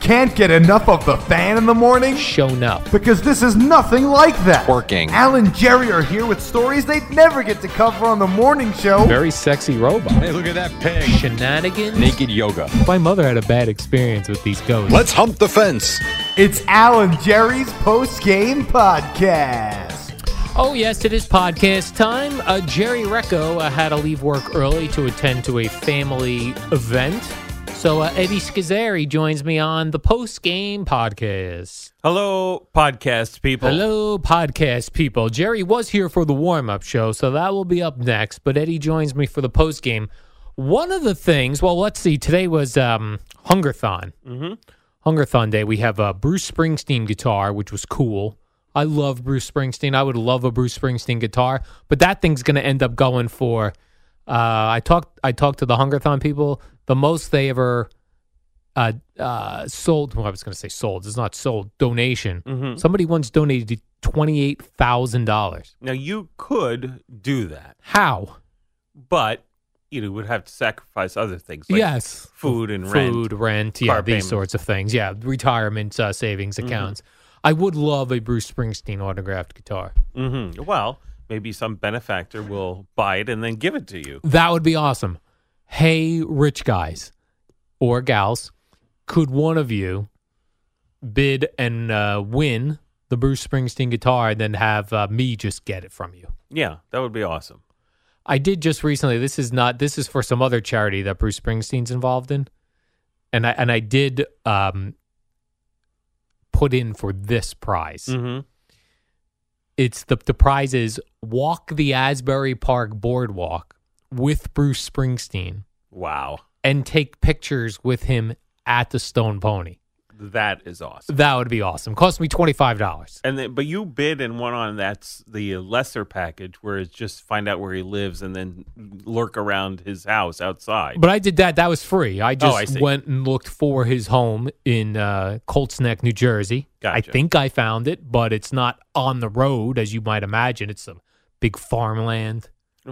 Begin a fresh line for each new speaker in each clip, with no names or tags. Can't get enough of the fan in the morning?
shown up.
Because this is nothing like that.
Twerking.
Al and Jerry are here with stories they'd never get to cover on the morning show.
Very sexy robot.
Hey, look at that pig.
Shenanigans.
Naked yoga.
My mother had a bad experience with these ghosts.
Let's hump the fence.
It's Al and Jerry's post game podcast.
Oh, yes, it is podcast time. Uh, Jerry Recco uh, had to leave work early to attend to a family event. So uh, Eddie Schizzeri joins me on the post game podcast.
Hello, podcast people.
Hello, podcast people. Jerry was here for the warm up show, so that will be up next. But Eddie joins me for the post game. One of the things, well, let's see. Today was um, Hungerthon. Hungerthon Day, we have a Bruce Springsteen guitar, which was cool. I love Bruce Springsteen. I would love a Bruce Springsteen guitar, but that thing's going to end up going for. Uh, I talked. I talked to the Hungerthon people. The most they ever uh, uh, sold. Well, I was going to say sold. It's not sold. Donation.
Mm-hmm.
Somebody once donated twenty eight thousand dollars.
Now you could do that,
How?
but you know, would have to sacrifice other things like
yes.
food and rent.
food, rent, yeah,
car Mm-hmm.
these
payment.
sorts of things. Yeah, retirement uh, savings accounts. I would love a Bruce Springsteen autographed guitar.
Mhm. Well, maybe some benefactor will buy it and then give it to you.
That would be awesome. Hey, rich guys or gals, could one of you bid and uh, win the Bruce Springsteen guitar and then have uh, me just get it from you?
Yeah, that would be awesome.
I did just recently. This is not. This is for some other charity that Bruce Springsteen's involved in, and I and I did um, put in for this prize.
Mhm.
It's the the prize is walk the Asbury Park boardwalk with Bruce Springsteen
Wow,
and take pictures with him at the Stone Pony.
that is awesome.
That would be awesome. Cost me twenty five dollars.
And then, but you bid and won on that's the lesser package, where it's just find out where he lives and then lurk around his house outside.
But I did that. That was free. I just
Oh, I see.
went and looked for his home in uh, Colts Neck, New Jersey.
Gotcha.
I think I found it, but it's not on the road as you might imagine. It's some big farmland.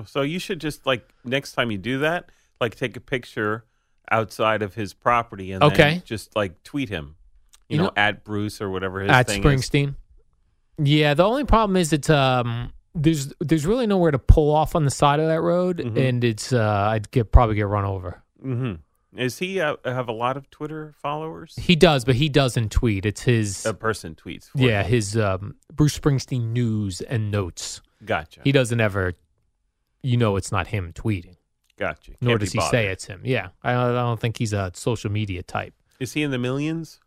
So you should just like next time you do that, like take a picture outside of his property and then
Okay.
just like tweet him. You,
You
know,
know-
at Bruce or whatever his
at
thing is.
Springsteen. Yeah, the only problem is it's um there's there's really nowhere to pull off on the side of that road, and it's uh I'd get probably get run over.
Mm-hmm. Is he uh, have a lot of Twitter followers?
He does, but he doesn't tweet. It's his
A person tweets. For
yeah
him.
his um Bruce Springsteen news and notes.
gotcha.
He doesn't ever, you know, it's not him tweeting.
gotcha.
Nor
Can't be
does he say
bothered.
it's him. Yeah, I, I don't think he's a social media type.
Is he in the millions?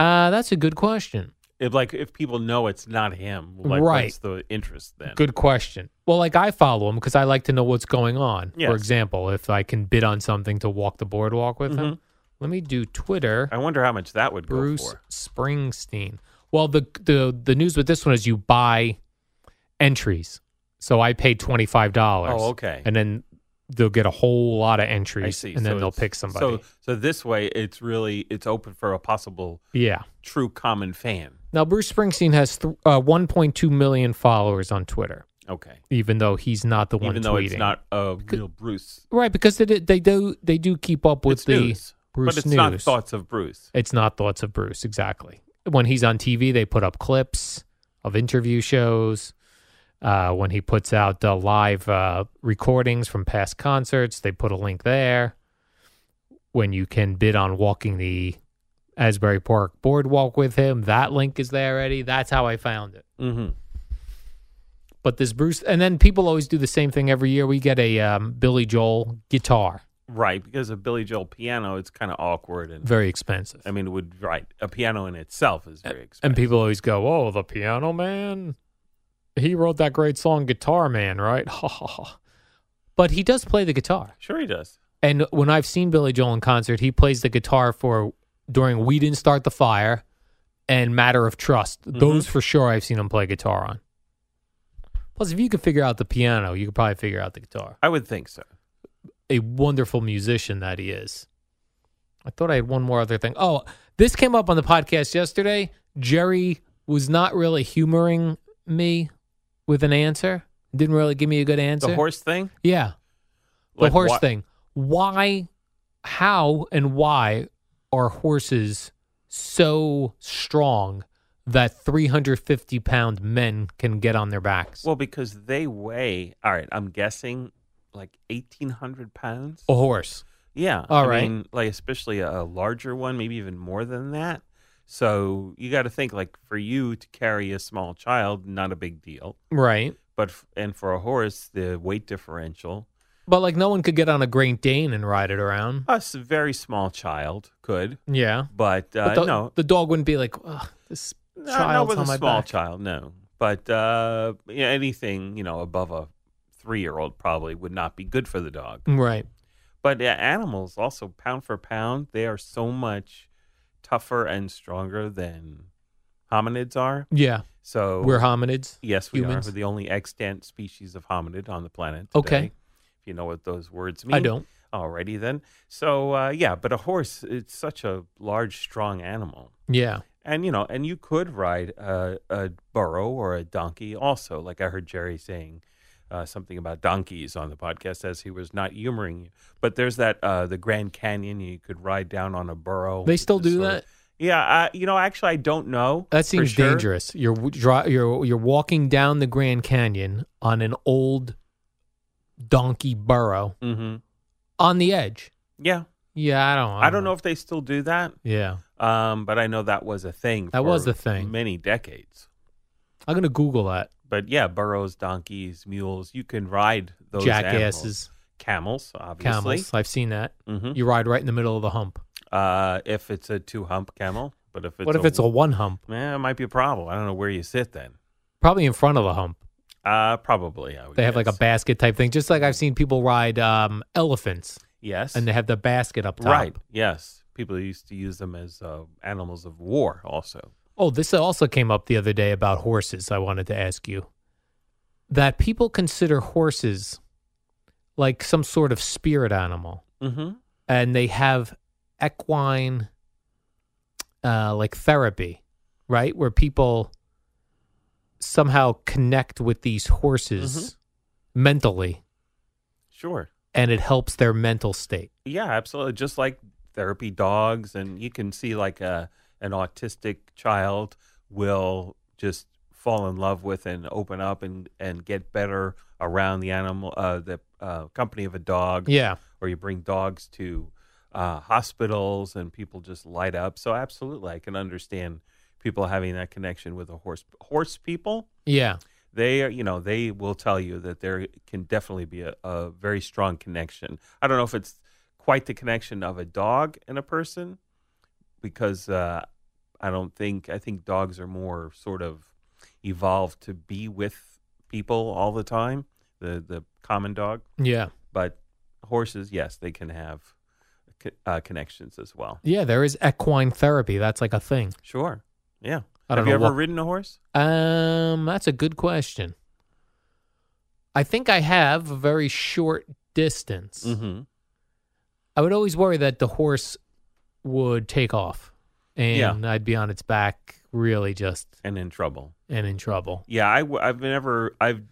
Uh, that's a good question.
If, like if people know it's not him, like,
Right.
What's the interest then?
Good question. Well, like I follow him because I like to know what's going on. For
Yes.
example, if I can bid on something to walk the boardwalk with him,
Mm-hmm.
let me do Twitter.
I wonder how much that would go
Bruce
for.
Springsteen. Well, the the the news with this one is you buy entries. So I paid twenty five dollars.
Oh, okay.
And then they'll get a whole lot of entries.
I see.
And then
So
they'll
it's-
pick somebody.
So so this way, it's really it's open for a possible
yeah.
true common fan.
Now, Bruce Springsteen has th- uh, 1.2 million followers on Twitter,
Okay.
even though he's not the one
even though
tweeting.
it's not a real Bruce.
right because they, do- they do they do keep up with
it's
the
news,
Bruce
but it's
news.
not thoughts of Bruce.
It's not thoughts of Bruce exactly. When he's on TV, they put up clips of interview shows. Uh, when he puts out uh, live uh, recordings from past concerts, they put a link there. When you can bid on walking the Asbury Park boardwalk with him, that link is there already. That's how I found it.
Mm-hmm.
But this Bruce, and then people always do the same thing every year. We get a um, Billy Joel guitar.
right because a Billy Joel piano, it's kind of awkward and
Very expensive.
I mean, it would right a piano in itself is very expensive.
and people always go, "Oh, the Piano Man." He wrote that great song, Guitar Man, right? Ha ha ha. But he does play the guitar.
sure he does.
And when I've seen Billy Joel in concert, he plays the guitar for during "We Didn't Start the Fire" and "Matter of Trust."
Mm-hmm.
Those for sure, I've seen him play guitar on. Plus, if you could figure out the piano, you could probably figure out the guitar.
I would think so.
a wonderful musician that he is. I thought I had one more other thing. Oh, this came up on the podcast yesterday. Jerry was not really humoring me with an answer. Didn't really give me a good answer.
The horse thing,
Yeah, the
Like,
horse
why-
thing. Why, how, and why are horses so strong that 350 pound men can get on their backs?
Well, because they weigh. All right, I'm guessing like eighteen hundred pounds.
a horse.
Yeah.
All
I
right.
mean, like especially a, a larger one, maybe even more than that. So you got to think like for you to carry a small child, not a big deal.
Right.
But f- and for a horse, the weight differential,
But like no one could get on a Great Dane and ride it around.
a s- very small child could,
Yeah.
but, uh,
But the,
no,
the dog wouldn't be like "Ugh, this
no, not
child's
with
on my
a small
back."
child, no. But uh, yeah, anything you know above a three-year-old probably would not be good for the dog.
Right.
But uh, animals also pound for pound, they are so much tougher and stronger than hominids are.
Yeah.
So
We're hominids.
yes, we
humans.
are. We're the only extant species of hominid on the planet. Today,
Okay.
if you know what those words mean.
I don't.
Alrighty then. So uh, yeah, but a horse, it's such a large, strong animal.
Yeah.
And you know, and you could ride a, a burro or a donkey also. Like I heard Jerry saying uh, something about donkeys on the podcast as he was not humoring you. But there's that uh, the Grand Canyon you could ride down on a burro.
They still
Just
do
sort of-
that.
yeah, uh, you know, actually, I don't know. for
That seems
sure.
dangerous. You're w- dri you're you're walking down the Grand Canyon on an old donkey burro
hmm
on the edge.
Yeah,
Yeah, I don't.
I don't know if they still do that,
Yeah.
um, but I know that was a thing.
That was
for
a thing.
Many decades.
I'm gonna Google that.
But yeah, burros, donkeys, mules, you can ride those animals.
Jackasses,
camels, obviously.
camels. I've seen that.
hmm
You ride right in the middle of the hump.
Uh, if it's a two hump camel, but if it's
what if it's a one hump?
man, it might be a problem. I don't know where you sit then.
Probably in front of the hump.
Uh, probably. I would
They have like a
guess.
basket type thing, just like I've seen people ride um, elephants,
yes,
and they have the basket up top.
right. Yes, people used to use them as uh, animals of war also.
Oh, this also came up the other day about horses. I wanted to ask you that people consider horses like some sort of spirit animal,
Mm-hmm.
and they have equine uh, like therapy, right? Where people somehow connect with these horses mentally,
Sure.
and it helps their mental state.
Yeah, absolutely. Just like therapy dogs, and you can see like a an autistic child will just fall in love with and open up and and get better around the animal, uh, the uh, company of a dog.
Yeah.
or you bring dogs to uh, hospitals and people just light up. So absolutely, I can understand people having that connection with a horse. Horse people,
Yeah.
they are, you know, they will tell you that there can definitely be a, a very strong connection. I don't know if it's quite the connection of a dog and a person, because uh, I don't think I think dogs are more sort of evolved to be with people all the time. The the common dog
Yeah.
but horses, yes, they can have co- uh, connections as well.
Yeah, there is equine therapy. That's like a thing.
Sure. Yeah.
I
have
don't
you
know
ever
what-
ridden a horse?
Um, that's a good question. I think I have a very short distance.
Mm-hmm.
I would always worry that the horse would take off and I'd be on its back really just
And in trouble.
and in trouble.
Yeah, I, w- I've never. I've.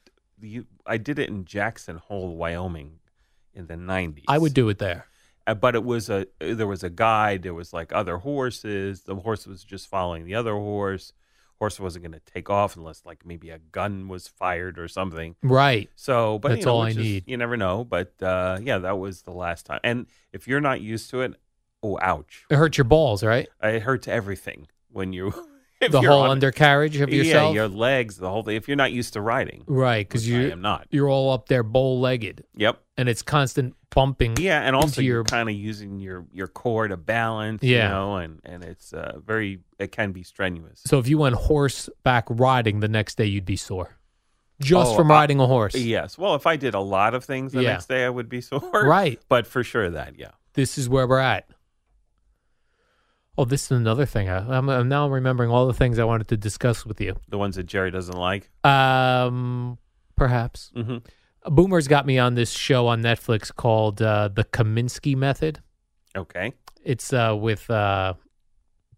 You, I did it in Jackson Hole, Wyoming, in the '90s.
I would do it there.
Uh, but it was a. There was a guide. There was like other horses. The horse was just following the other horse. Horse wasn't going to take off unless like maybe a gun was fired or something.
Right.
So, but you
That's
know,
all
which
I
is-
need.
You never know, but uh, yeah, that was the last time. And if you're not used to it, oh, ouch!
It hurts your balls, right?
It hurts everything when you If
the
you're
whole
on-
undercarriage of yourself.
Yeah, your legs, the whole thing. If you're not used to riding,
right, because
which I
you
am not.
you're all up there bow legged,
Yep.
and it's constant bumping.
Yeah, and also
into
you're
your
kind of using your your core to balance.
Yeah.
You know, and and it's uh, very it can be strenuous.
so if you went horseback riding the next day, you'd be sore just
Oh,
from
I-
riding a horse.
Yes. Well, if I did a lot of things the
Yeah.
next day, I would be sore.
Right.
But for sure that, yeah.
This is where we're at. Oh, this is another thing. I, I'm, I'm now remembering all the things I wanted to discuss with you.
The ones that Jerry doesn't like.
Um, perhaps.
Mhm.
Boomer's got me on this show on Netflix called uh, The Kaminsky Method.
Okay.
It's uh, with uh,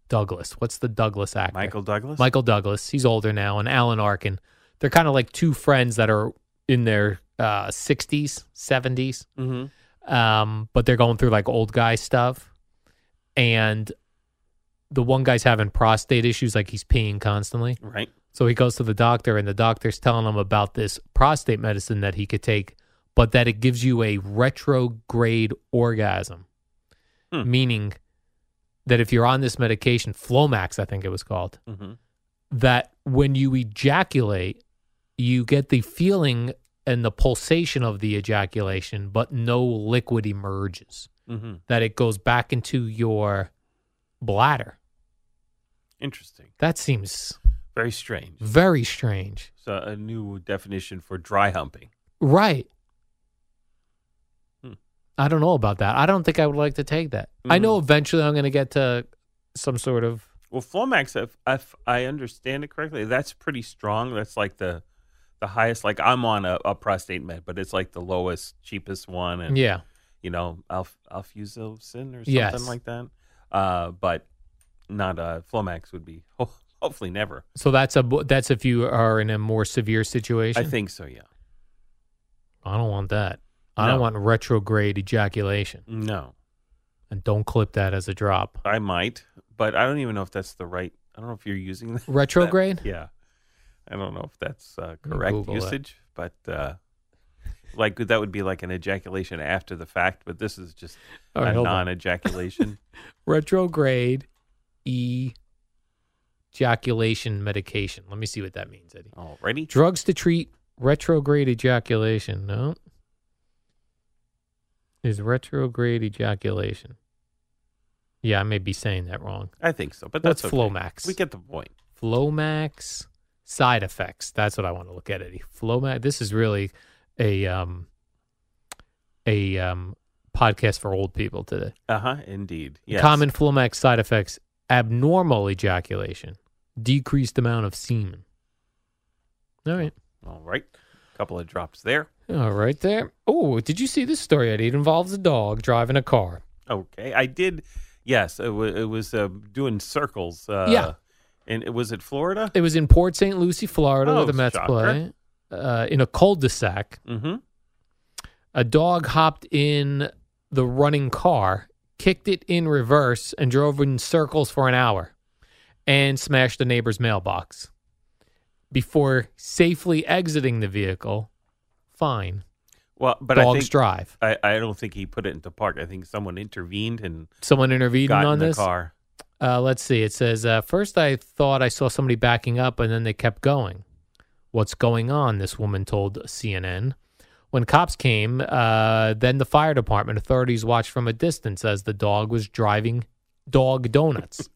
Douglas. What's the Douglas actor?
Michael Douglas.
Michael Douglas. He's older now, and Alan Arkin. They're kind of like two friends that are in their uh, 60s, 70s,
hmm
um, but they're going through like old guy stuff. And the one guy's having prostate issues, like he's peeing constantly.
Right.
So he goes to the doctor, and the doctor's telling him about this prostate medicine that he could take, but that it gives you a retrograde orgasm,
Hmm.
meaning that if you're on this medication, Flomax, I think it was called,
hmm
that when you ejaculate, you get the feeling and the pulsation of the ejaculation, but no liquid emerges,
hmm
that it goes back into your bladder.
Interesting.
That seems
Very strange.
very strange.
So a new definition for dry humping.
Right.
Hmm.
I don't know about that. I don't think I would like to take that. I know eventually I'm going to get to some sort of
Well, Flomax, if, if I understand it correctly, that's pretty strong. That's like the the highest. Like I'm on a, a prostate med, but it's like the lowest, cheapest one, and
yeah.
you know, alf alfuzosin or something
Yes.
like that. Uh, but not uh, Flomax would be ho- hopefully never.
So that's a bo- that's if you are in a more severe situation.
I think so. Yeah.
I don't want that. I
No.
don't want retrograde ejaculation.
No,
And don't clip that as a drop.
I might, but I don't even know if that's the right. I don't know if you're using that.
Retrograde?
Yeah. I don't know if that's uh,
me
correct
Google it.
usage, but uh, like that would be like an ejaculation after the fact, but this is just
All right,
a
hold on.
non ejaculation.
Retrograde ejaculation medication. Let me see what that means, Eddie.
Already?
Drugs to treat retrograde ejaculation. No. Is retrograde ejaculation. Yeah, I may be saying that wrong.
I think so, but that's
What's
okay.
Flomax?
We get the point.
Flomax side effects. That's what I want to look at, Eddie. Flomax. This is really a um a um podcast for old people today.
Uh huh. Indeed. Yes.
Common Flomax side effects: abnormal ejaculation, decreased amount of semen. All right.
All right. couple of drops there.
All right, there. Oh, did you see this story? Eddie? It involves a dog driving a car.
Okay. I did. Yes. It, w- it was uh, doing circles. Uh,
Yeah.
And it, was it Florida?
It was in Port St. Lucie, Florida,
Oh,
where the Mets
shocker.
play. Uh, in a cul-de-sac,
Mm hmm.
a dog hopped in the running car, kicked it in reverse, and drove in circles for an hour, and smashed a neighbor's mailbox. Before safely exiting the vehicle, fine.
Well, but I
Dogs
think.
drive.
I, I don't think he put it into park. I think someone intervened and
Someone intervened
got
on
in the
this.
car.
Uh, let's see. It says, uh, First, I thought I saw somebody backing up, and then they kept going. What's going on? This woman told CNN. When cops came, uh, then the fire department authorities watched from a distance as the dog was driving dog donuts.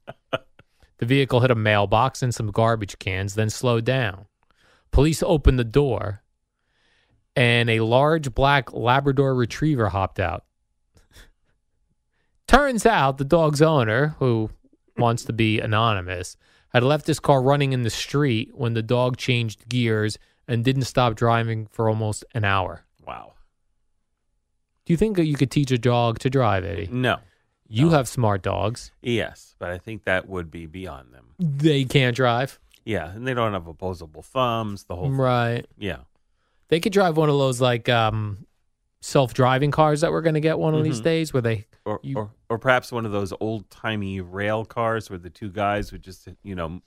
the vehicle hit a mailbox and some garbage cans, then slowed down. Police opened the door, and a large black Labrador retriever hopped out. Turns out the dog's owner, who wants to be anonymous, had left his car running in the street when the dog changed gears and didn't stop driving for almost an hour.
Wow.
Do you think that you could teach a dog to drive, Eddie?
No.
You have smart dogs.
Yes, but I think that would be beyond them.
They can't drive.
Yeah, and they don't have opposable thumbs. The whole
Right.
thing. yeah,
They could drive one of those like um, self-driving cars that we're going to get one of these days where they
or,
You-
or or perhaps one of those old timey rail cars where the two guys would just you know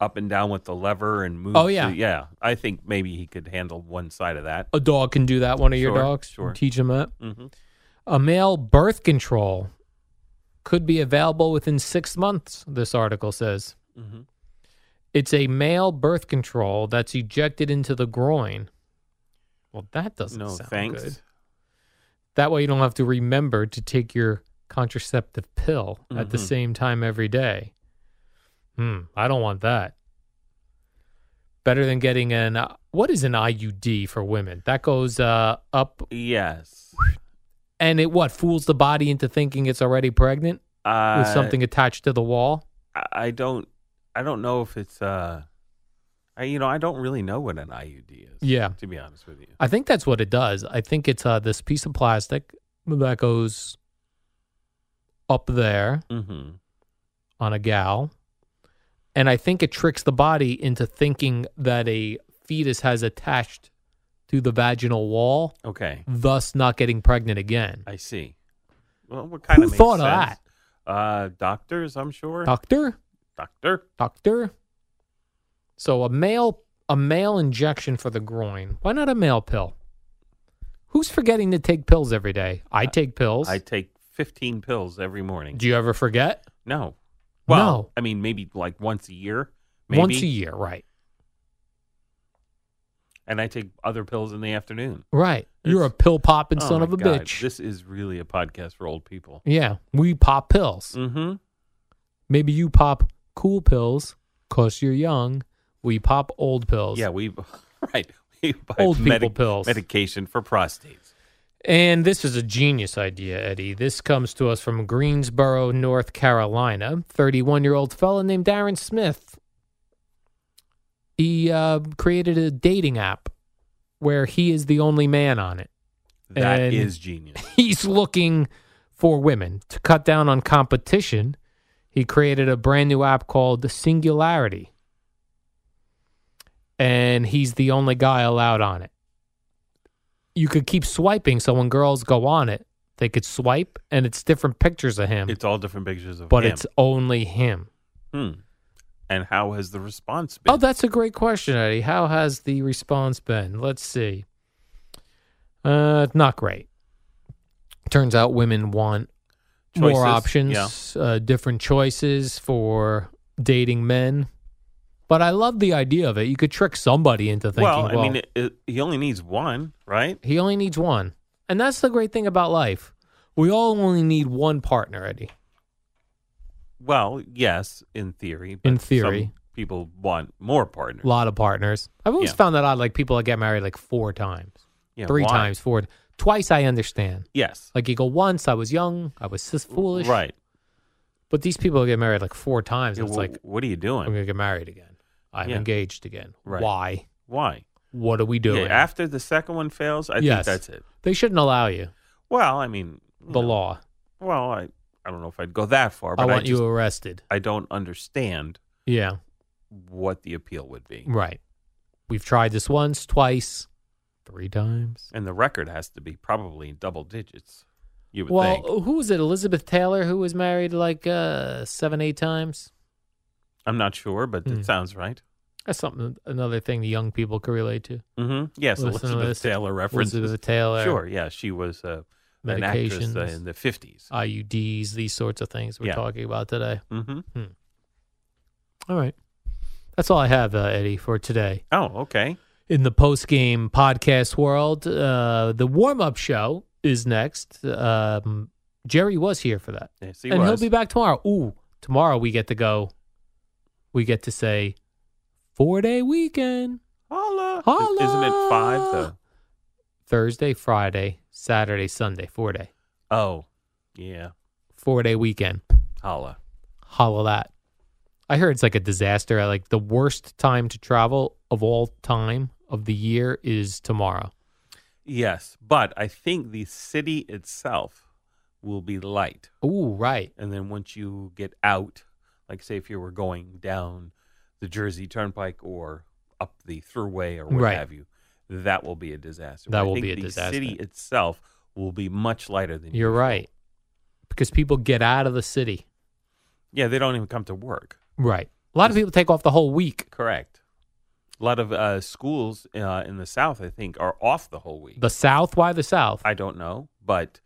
up and down with the lever and move.
Oh, yeah.
to- yeah. I think maybe he could handle one side of that.
a dog can do that. One of your
Sure,
dogs,
sure.
teach them that.
hmm
A male birth control could be available within six months, this article says.
Mhm.
It's a male birth control that's ejected into the groin. Well, that doesn't
no
sound
thanks.
good. That way you don't have to remember to take your contraceptive pill at the
Mhm.
same time every day. Hmm, I don't want that. Better than getting an uh, what is an IUD for women? That goes uh, up
Yes.
and it what fools the body into thinking it's already pregnant
Uh,
with something attached to the wall.
I, I don't. I don't know if it's. Uh, I you know I don't really know what an IUD is.
Yeah.
To be honest with you.
I think that's what it does. I think it's uh, this piece of plastic that goes up there
Mm-hmm.
on a gal, and I think it tricks the body into thinking that a fetus has attached to the vaginal wall,
Okay.
thus not getting pregnant again.
I see. Well, what kind
Who
of makes
thought of
sense. Uh, doctors, I'm sure.
Doctor,
Doctor.
doctor. So a male a male injection for the groin. Why not a male pill? Who's forgetting to take pills every day? I take pills.
I take 15 pills every morning.
Do you ever forget?
no. Well,
No.
I mean, maybe like once a year. Maybe.
Once a year, right?
And I take other pills in the afternoon.
Right. You're a
It's-
pill popping
Oh
son
my
of a
God,
bitch.
This is really a podcast for old people.
yeah, we pop pills.
Mm-hmm.
Maybe you pop cool pills because you're young. We pop old pills.
Yeah, we right. We buy
Old people pills.
medication for prostates.
And this is a genius idea, Eddie. This comes to us from Greensboro, North Carolina. 31 year old fella named Darren Smith. He uh, created a dating app where he is the only man on it.
That is
And-
genius.
He's looking for women to cut down on competition. He created a brand new app called Singularity. And he's the only guy allowed on it. You could keep swiping, so when girls go on it, they could swipe and it's different pictures of him,
It's all different pictures of
but
him.
it's only him.
Hmm. And how has the response been?
Oh, that's a great question, Eddie. How has the response been? Let's see. Uh, not great. Turns out women want
Choices,
more options,
yeah.
uh, different choices for dating men. But I love the idea of it. You could trick somebody into thinking,
well,
well,
I mean, it, it, he only needs one, right?
he only needs one. And that's the great thing about life. We all only need one partner, Eddie.
Well, yes, in theory. But
In theory.
some people want more partners.
A lot of partners. I've always
Yeah.
found that odd. Like people that get married like four times,
Yeah,
three
why?
times, four. Twice I understand.
Yes.
Like you go once, I was young, I was just foolish.
Right.
But these people get married like four times.
Yeah,
and it's
wh-
like
what are you
I'm
doing?
gonna get married again. I'm
Yeah.
engaged again.
Right.
Why?
Why?
What are we
Yeah,
doing?
after the second one fails, I
Yes.
think that's it.
they shouldn't allow you
Well, I mean, you
the
know,
law.
Well, I, I don't know if I'd go that far,
I
but I,
want
just,
you arrested.
I don't understand
Yeah,
what the appeal would be.
right. We've tried this once, twice, three times.
And the record has to be probably in double digits, you would
Well,
think.
who was it? Elizabeth Taylor, who was married like uh, seven, eight times.
I'm not sure, but
Hmm.
it sounds right.
That's something. Another thing the young people could relate to.
hmm Yes,
Listen to
Elizabeth
this.
Taylor references.
Elizabeth Taylor.
Sure, yeah, she was uh, an actress uh,
Medications.
in the 50s.
IUDs, these sorts of things we're
Yeah.
talking about today.
hmm
All right. That's all I have, uh, Eddie, for today.
Oh, okay.
In the post game podcast world, uh, the warm up show is next. Um, Jerry was here for that.
Yes, he
and
was.
he'll be back tomorrow. Ooh, tomorrow we get to go. We get to say four day weekend
Holla.
Holla.
Isn't it five, though?
Thursday, Friday, Saturday, Sunday, four day.
Oh, yeah.
Four day weekend.
Holla.
Holla that. I heard it's like a disaster. Like the worst time to travel of all time of the year is tomorrow.
Yes, but I think the city itself will be light.
Ooh, right.
And then once you get out, like say if you were going down the Jersey Turnpike or up the Thruway or what
Right.
have you, that will be a disaster.
That
But I
will
think
be a
the
disaster.
city itself will be much lighter than
You're
usual.
right. Because people get out of the city.
Yeah, they don't even come to work.
Right. A lot of people take off the whole week.
Correct. A lot of uh, schools uh, in the South, I think, are off the whole week.
The South, why the South?
I don't know, but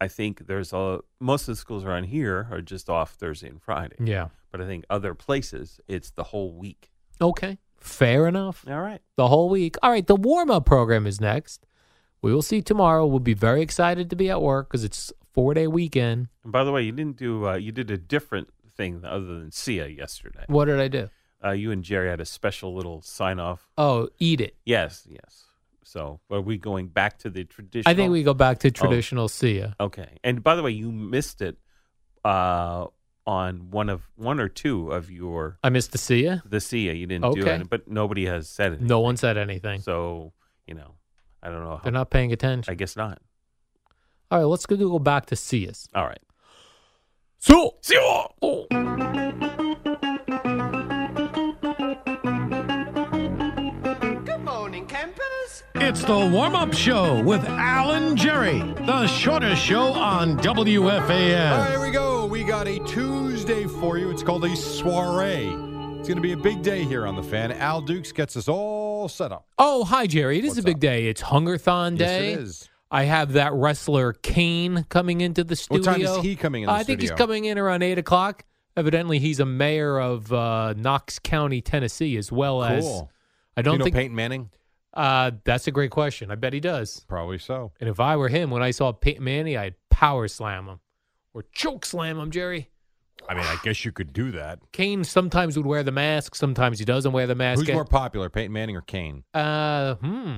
I think there's a most of the schools around here are just off Thursday and Friday.
yeah.
But I think other places it's the whole week.
Okay. Fair enough.
All right.
The whole week. All right. The warm up program is next. We will see tomorrow. We'll be very excited to be at work because it's four day weekend.
And by the way, you didn't do uh, you did a different thing other than Sia yesterday.
What did I do?
Uh, you and Jerry had a special little sign off.
Oh, eat it.
Yes, yes. So are we going back to the traditional? Oh.
I think we go back to traditional Sia.
Okay. And by the way, you missed it uh, on one of one or two of your
I missed the Sia.
the Sia. You didn't do
Okay.
it, but nobody has said it.
No one said anything.
So you know, I don't know. How,
They're not paying attention.
I guess not.
All right, let's go, go back to Sia's.
All right.
So, oh.
Sia.
It's the warm up show with Alan Jerry, the shortest show on WFAN. Here we go. We got a Tuesday for you. It's called a soiree. It's going to be a big day here on the fan. Al Dukes gets us all set up.
oh, hi, Jerry. It is a big day. It's Hungerthon Day.
Yes, it is.
I have that wrestler Kane coming into the studio.
What time is he coming in the
I think he's
studio?
coming in around eight o'clock. Evidently, he's a mayor of uh, Knox County, Tennessee, as well as
Cool.
I
Do
don't
you know
think
Peyton Manning?
uh, that's a great question. I bet he does.
Probably so.
And if I were him, when I saw Peyton Manny, I'd power slam him or choke slam him, Jerry.
I mean, I guess you could do that.
Kane sometimes would wear the mask. Sometimes he doesn't wear the mask.
Who's more popular, Peyton Manning or Kane?
uh, hmm,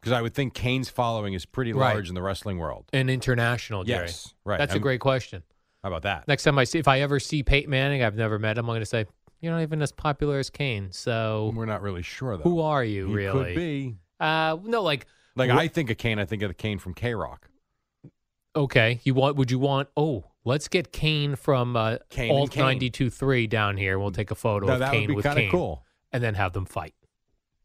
Because I would think Kane's following is pretty
Right.
large in the wrestling world.
an international, Jerry.
Yes, right.
That's a
I'm-
great question.
How about that?
Next time I see, if I ever see Peyton Manning, I've never met him. I'm going to say, you're not even as popular as Kane. So
We're not really sure though.
who are you,
He
really?
Could be.
Uh, no, like,
Like
Wh-
I think of Kane, I think of the Kane from K Rock.
okay, you want? Would you want? Oh, let's get Kane from uh,
Kane and
Alt
Kane.
ninety two three down here. We'll take a photo
Now
of
that
Kane
would be
with
kind
Kane,
of cool.
and then have them fight.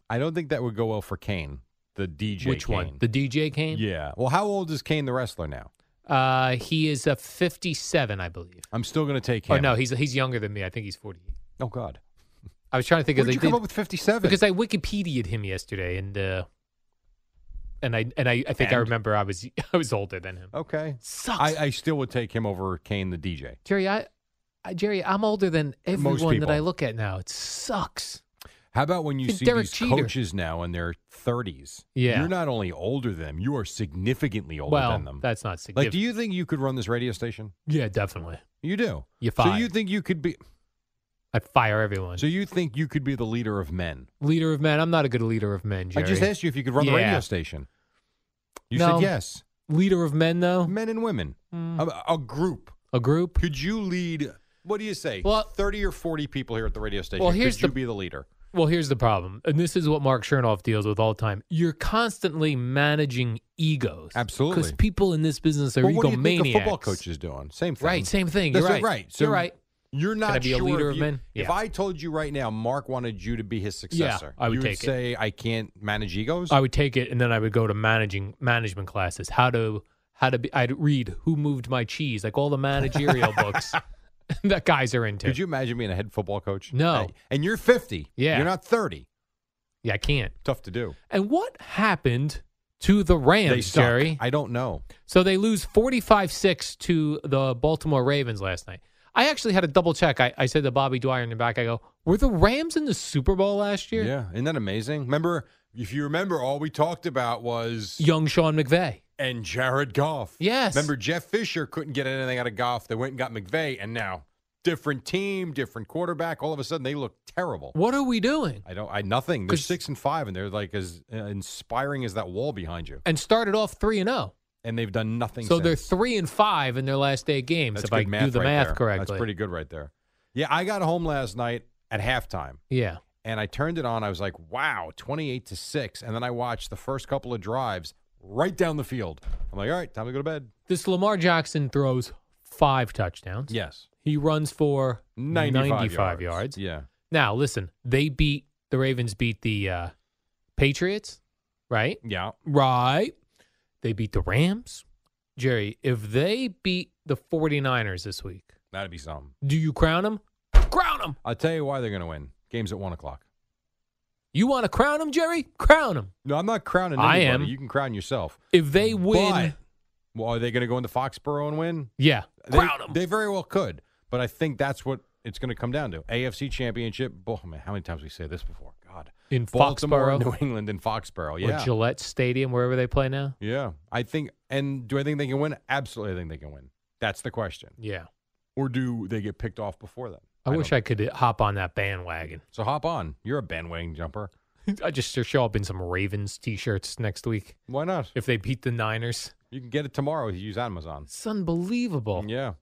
I don't think that would go well for Kane, the DJ.
Which one?
Kane.
The DJ Kane.
yeah. Well, how old is Kane the wrestler now?
Uh, he is a fifty seven, I believe.
I'm still going to take
Oh
him.
no, he's he's younger than me. I think he's forty eight.
Oh God.
I was trying to think
Where
of
did
they
you come
did-
up with 57?
because I Wikipedia'd him yesterday, and uh, and I and I, I think I
And?
remember I was I was older than him.
okay.
Sucks,
I, I still would take him over Kane the DJ.
Jerry. I, I Jerry, I'm older than everyone that I
people.
look at now. It sucks.
How about when you
Dude,
see
Derek
these
Jeter.
coaches now in their 30s?
Yeah.
You're not only older than them, you are significantly older
well,
than them.
that's not
like,
significant.
do you think you could run this radio station?
yeah, definitely.
You do.
You're
So you
fired.
think you could be?
I fire everyone.
So you think you could be the leader of men?
leader of men. I'm not a good leader of men, Jerry.
I just asked you if you could run the
Yeah.
radio station. You
No.
said yes.
leader of men though.
Men and women,
Mm.
a, a group.
A group.
Could you lead? What do you say?
Well-
thirty or forty people here at the radio station.
Well, here's
could you
the-
be the leader?
Well, here's the problem, and this is what Mark Chernoff deals with all the time. You're constantly managing egos,
Absolutely.
because people in this business are
Well, what do
egomaniacs.
you think a football coach is doing? Same thing.
Right, same thing.
That's
You're right.
So
You're right.
You're
I
not
be a
sure
leader
if
of
you-
men?
If
Yeah.
I told you right now, Mark wanted you to be his
Yeah,
successor,
I would
you would
take it.
say I can't manage egos.
I would take it, and then I would go to managing management classes. How to how to be? I'd read who moved my cheese, like all the managerial books that guys are into.
Could you imagine being a head football coach?
No.
And- And you're 50.
Yeah.
You're not 30.
yeah, I can't.
Tough to do.
And what happened to the Rams,
they suck.
Jerry?
I don't know.
So they lose 45 6 to the Baltimore Ravens last night. I actually had to double check. I, I said to Bobby Dwyer in the back, I go, were the Rams in the Super Bowl last year?
Yeah. Isn't that amazing? Remember, if you remember, all we talked about was
Young Sean McVay.
and Jared Goff.
Yes.
Remember, Jeff Fisher couldn't get anything out of Goff. They went and got McVay, and now different team, different quarterback. All of a sudden, they look terrible.
What are we doing?
I don't. I nothing. They're
'Cause-
six and five, and they're like as uh, inspiring as that wall behind you.
And started off 3 and oh. 0.
And they've done nothing.
So they're
since.
3 and 5 in their last eight games
That's
if I
good math
do the
right
math
there.
correctly.
That's pretty good right there. Yeah, I got home last night at halftime,
Yeah.
and I turned it on. I was like, "Wow, twenty-eight to six. And then I watched the first couple of drives right down the field. I'm like, "All right, time to go to bed."
This Lamar Jackson throws 5 touchdowns.
Yes,
He runs for
95,
95 yards.
Yeah,
Now, listen, they beat the Ravens beat the uh, Patriots, right?
yeah.
Right. They beat the Rams. Jerry, if they beat the 49ers this week,
That'd be something.
do you crown them? Crown them.
I'll tell you why they're going to win. Game's at one o'clock.
You want to crown them, Jerry? Crown them.
No, I'm not crowning.
I am.
Anybody. You can crown yourself.
If they win,
But- well, are they going to go into Foxborough and win?
yeah,
They,
crown them.
they very well could, but I think that's what it's going to come down to AFC Championship. Oh, man, how many times we say this before? God,
In
Baltimore,
Foxborough?
New England, and Foxborough.
Or
Yeah,
Gillette Stadium, wherever they play now.
yeah. I think. And do I think they can win? Absolutely, I think they can win. That's the question.
Yeah.
Or do they get picked off before then?
I, wish
don't-
I could hop on that bandwagon.
So hop on. You're a bandwagon jumper.
I just show up in some Ravens t-shirts next week
Why not?
if they beat the Niners.
You can get it tomorrow if you use Amazon.
It's unbelievable.
Yeah,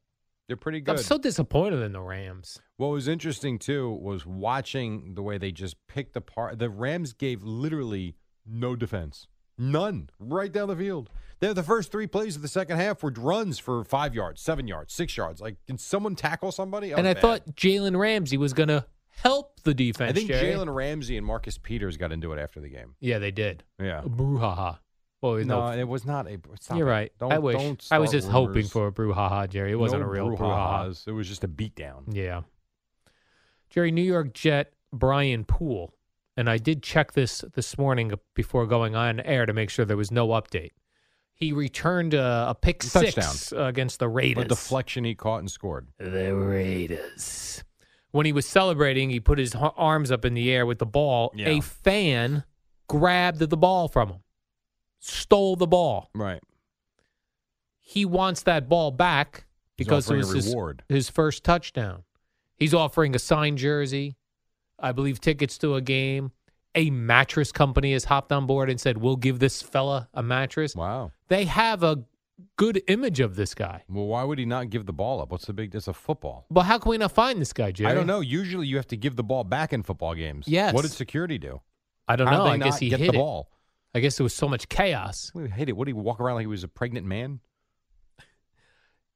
they're pretty
I'm
good.
so disappointed in the Rams.
What was interesting too was watching the way they just picked apart. The Rams gave literally no defense, none, right down the field. They're the first three plays of the second half were runs for five yards, seven yards, six yards. Like, can someone tackle somebody? Oh, That
and I
was bad.
thought Jalen Ramsey was going to help the defense.
I think
Jerry.
Jalen Ramsey and Marcus Peters got into it after the game.
Yeah, they did.
Yeah,
A brouhaha. Well, Oh, no,
no, it was not a. Stop
you're
it.
right.
Don't,
I wish.
Don't
I was
start
just hoping
rumors.
for a brouhaha, Jerry. It wasn't
No
a real brouhaha.
brouhahas. It was just a beatdown.
Yeah. Jerry, New York Jet Brian Poole. And I did check this this morning before going on air to make sure there was no update. He returned a, a pick six
Touchdown.
against the Raiders.
But deflection he caught and scored.
the Raiders. When he was celebrating, he put his ha- arms up in the air with the ball.
Yeah.
A fan grabbed the ball from him, stole the ball.
Right.
He wants that ball back
He's
because it
offering a
was his,
reward.
his first touchdown. He's offering a signed jersey, I believe tickets to a game. A mattress company has hopped on board and said, We'll give this fella a mattress.
Wow.
They have a good image of this guy.
Well, why would he not give the ball up? What's the big? It's a football.
But how can we not find this guy, Jerry?
I don't know. Usually, you have to give the ball back in football games.
Yes.
What did security do?
I don't
How
know.
did they
I
not
guess he
get
hit
the
it.
ball.
I guess there was so much chaos.
We hit it. What did he walk around like he was a pregnant man?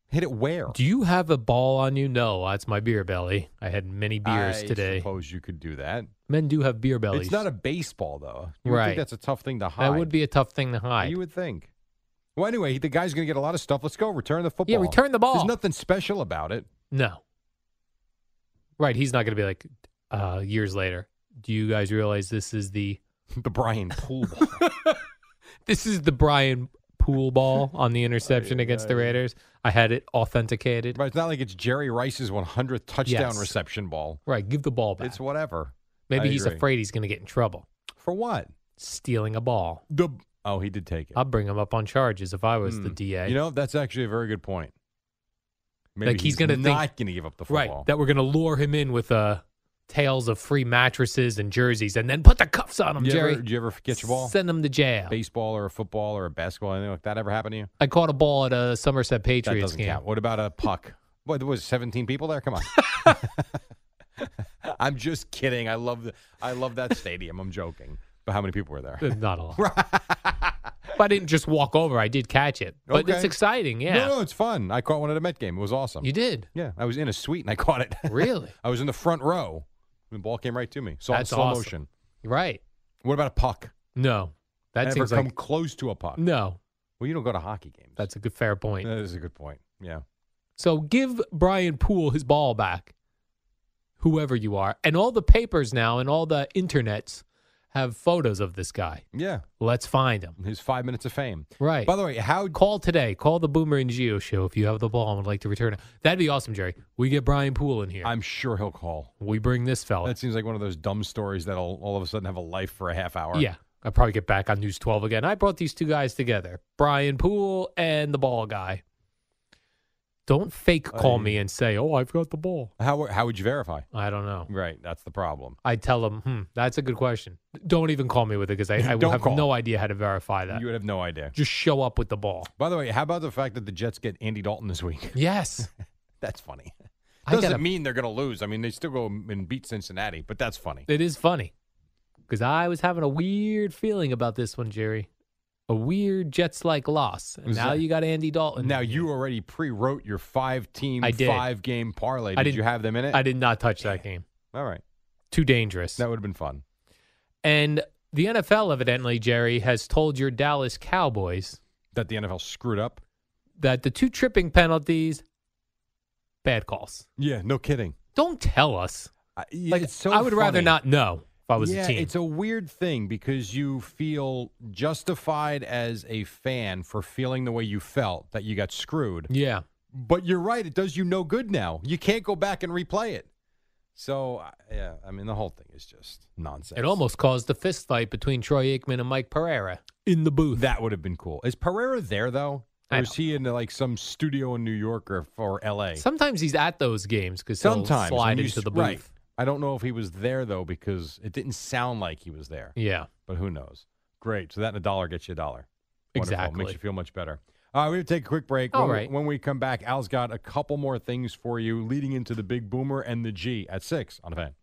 Hit it where?
Do you have a ball on you? No, that's my beer belly. I had many beers
I
today.
Suppose you could do that.
Men do have beer bellies.
It's not a baseball though. You would
Right.
think that's a tough thing to hide.
that would be a tough thing to hide.
You would think. Well, anyway, the guy's going to get a lot of stuff. Let's go. Return the football.
yeah, return the ball.
There's nothing special about it.
no. Right, he's not going to be like uh, years later. Do you guys realize this is the
the Brian Pool ball.
this is the Brian Pool ball on the interception against the Raiders? I had it authenticated.
but it's not like it's Jerry Rice's 100th touchdown
Yes.
reception ball.
Right, give the ball back.
It's whatever.
Maybe
I
he's
agree.
afraid he's going to get in trouble
For what?
stealing a ball.
The oh, he did take it.
I'll bring him up on charges if I was the
Hmm.
DA.
You know, that's actually a very good point. Maybe
Like, he's gonna think-
not going to give up the football.
Right. That we're going to lure him in with uh, tales of free mattresses and jerseys and then put the cuffs on him,
do you
Jerry.
Ever, do you ever get your ball?
Send him to jail.
Baseball or a football or a basketball, anything like that ever happen to you?
I caught a ball at a Somerset
That
Patriots
doesn't
game.
count. What about a puck? What there was seventeen people there? Come on. I'm just kidding. I love the, I love that stadium. I'm joking. But how many people were there?
Uh, Not a lot. But I didn't just walk over. I did catch it. But it's
Okay.
exciting. Yeah.
No, no, it's fun. I caught one at a Met game. It was awesome.
You did.
Yeah, I was in a suite and I caught it.
Really?
I was in the front row. The ball came right to me. Saw it in
That's
slow
awesome.
motion.
Right.
What about a puck?
No. That
Ever
seems
come
like.
close to a puck?
No.
Well, you don't go to hockey games.
That's a good fair point.
that is a good point. Yeah.
So give Brian Poole his ball back, whoever you are. And all the papers now and all the internets have photos of this guy.
Yeah.
Let's find him.
His five minutes of fame.
Right.
By the way, how
Call today. Call the Boomer and Geo show if you have the ball and would like to return it. That'd be awesome, Jerry. We get Brian Poole in here.
I'm sure he'll call.
we bring this fella.
That seems like one of those dumb stories that'll all of a sudden have a life for a half hour.
yeah. I'll probably get back on News 12 again. I brought these two guys together Brian Poole and the ball guy. Don't fake call
I-
me and say, oh, I've got the ball.
How how would you verify?
I don't know.
Right. That's the problem.
I tell them, hmm, that's a good question. Don't even call me with it because I, I will
Don't
have
call.
no idea how to verify that.
You would have no idea.
Just show up with the ball.
By the way, how about the fact that the Jets get Andy Dalton this week?
Yes.
That's funny.
I
Doesn't
gotta-
mean they're going to lose. I mean, they still go and beat Cincinnati, but that's funny.
It is funny because I was having a weird feeling about this one, Jerry. A weird Jets like loss. And
Was
now
that-
you got Andy Dalton.
Now you already pre-wrote your five-team,
I did.
five-game parlay. Did
I didn't-
you have them in it?
I did not touch that game.
All right,
Too dangerous.
that would have been fun.
And the NFL, evidently, Jerry, has told your Dallas Cowboys
That the NFL screwed up.
that the two tripping penalties, bad calls.
Yeah, no kidding.
Don't tell us.
I, yeah,
Like,
it's so
I would rather
funny.
not know if I was
yeah,
a team.
it's a weird thing because you feel justified as a fan for feeling the way you felt that you got screwed.
yeah.
But you're right; it does you no good now. You can't go back and replay it. So I- yeah, I mean the whole thing is just nonsense.
It almost caused a fist fight between Troy Aikman and Mike Pereira in the booth.
that would have been cool. Is Pereira there though?
I
Or is he in like some studio in New York or, or L.A.
Sometimes he's at those games because he'll
Sometimes
slide
and you
into
s-
the booth.
right. I don't know if he was there though because it didn't sound like he was there.
Yeah.
But who knows? Great. So that and a dollar gets you a dollar. Wonderful.
Exactly.
Makes you feel much better. Uh, we're going to take a quick break.
All
when, we-
right.
when we come back, Al's got a couple more things for you leading into the Big Boomer and the G at 6 on the fan.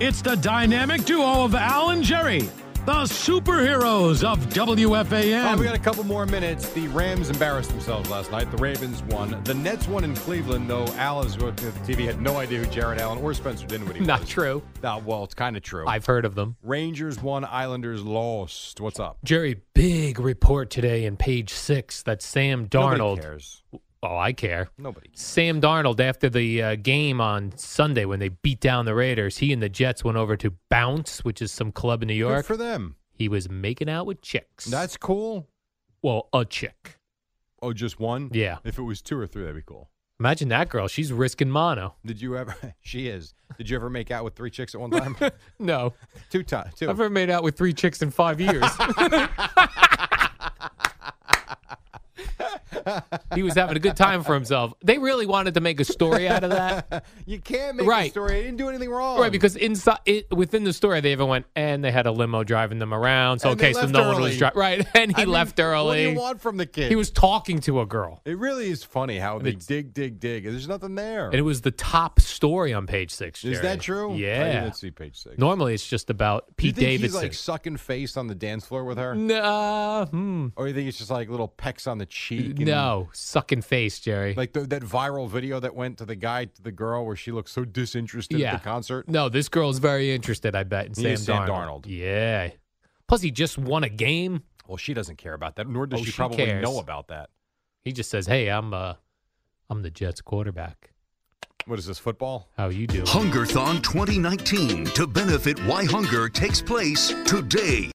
It's the dynamic duo of Al and Jerry, the superheroes of WFAN.
Uh, we got a couple more minutes. The Rams embarrassed themselves last night. The Ravens won. The Nets won in Cleveland, though Al is with the TV had no idea who Jared Allen or Spencer Dinwiddie was.
Not true.
Uh, well, it's kind of true.
I've heard of them.
Rangers won, Islanders lost. What's up?
Jerry, big report today in page six that Sam
Nobody
Darnold.
cares.
Oh, I care.
Nobody. Cares.
Sam Darnold, after the uh, game on Sunday when they beat down the Raiders, he and the Jets went over to Bounce, which is some club in New
Good
York.
for them.
he was making out with chicks.
That's cool.
well, a chick.
Oh, just one?
Yeah.
If it was two or three, that'd be cool.
Imagine that girl. She's risking mono.
Did you ever? She is. Did you ever make out with three chicks at one time?
No,
two times. Two.
I've never made out with three chicks in five years. he was having a good time for himself. They really wanted to make a story out of that,
you can't make a
Right.
story. I didn't do anything wrong.
right? Because inside, it, within the story, they even went and they had a limo driving them around. So
And they
okay, so
left
no one
early.
was driving. Right, and he
I mean,
left
What do
early.
you want from the kid?
He was talking to a girl,
It really is funny how they
It's-
dig, dig, dig, and there's nothing there.
and it was the top story on page six.
Is
Jerry.
that true? I
Yeah.
didn't see page six.
Normally, it's just about
do you
Pete
think
Davidson. Mm-hmm.
he's like sucking face on the dance floor with her,
Nah, hmm.
or you think it's just like little pecks on the cheek? and-
No, sucking face, Jerry.
Like the, that viral video that went to the guy to the girl where she looked so disinterested
yeah.
at the concert.
No, this girl's very interested, I bet, in
er, He
Sam,
is Sam Darnold.
Yeah. Plus, he just won a game.
Well, she doesn't care about that, nor does
Oh,
she,
she
probably
cares.
know about that.
He just says, "Hey, I'm uh, I'm the Jets quarterback.
What is this football?
How you doing?"
Hungerthon 2019 to benefit Why Hunger takes place today.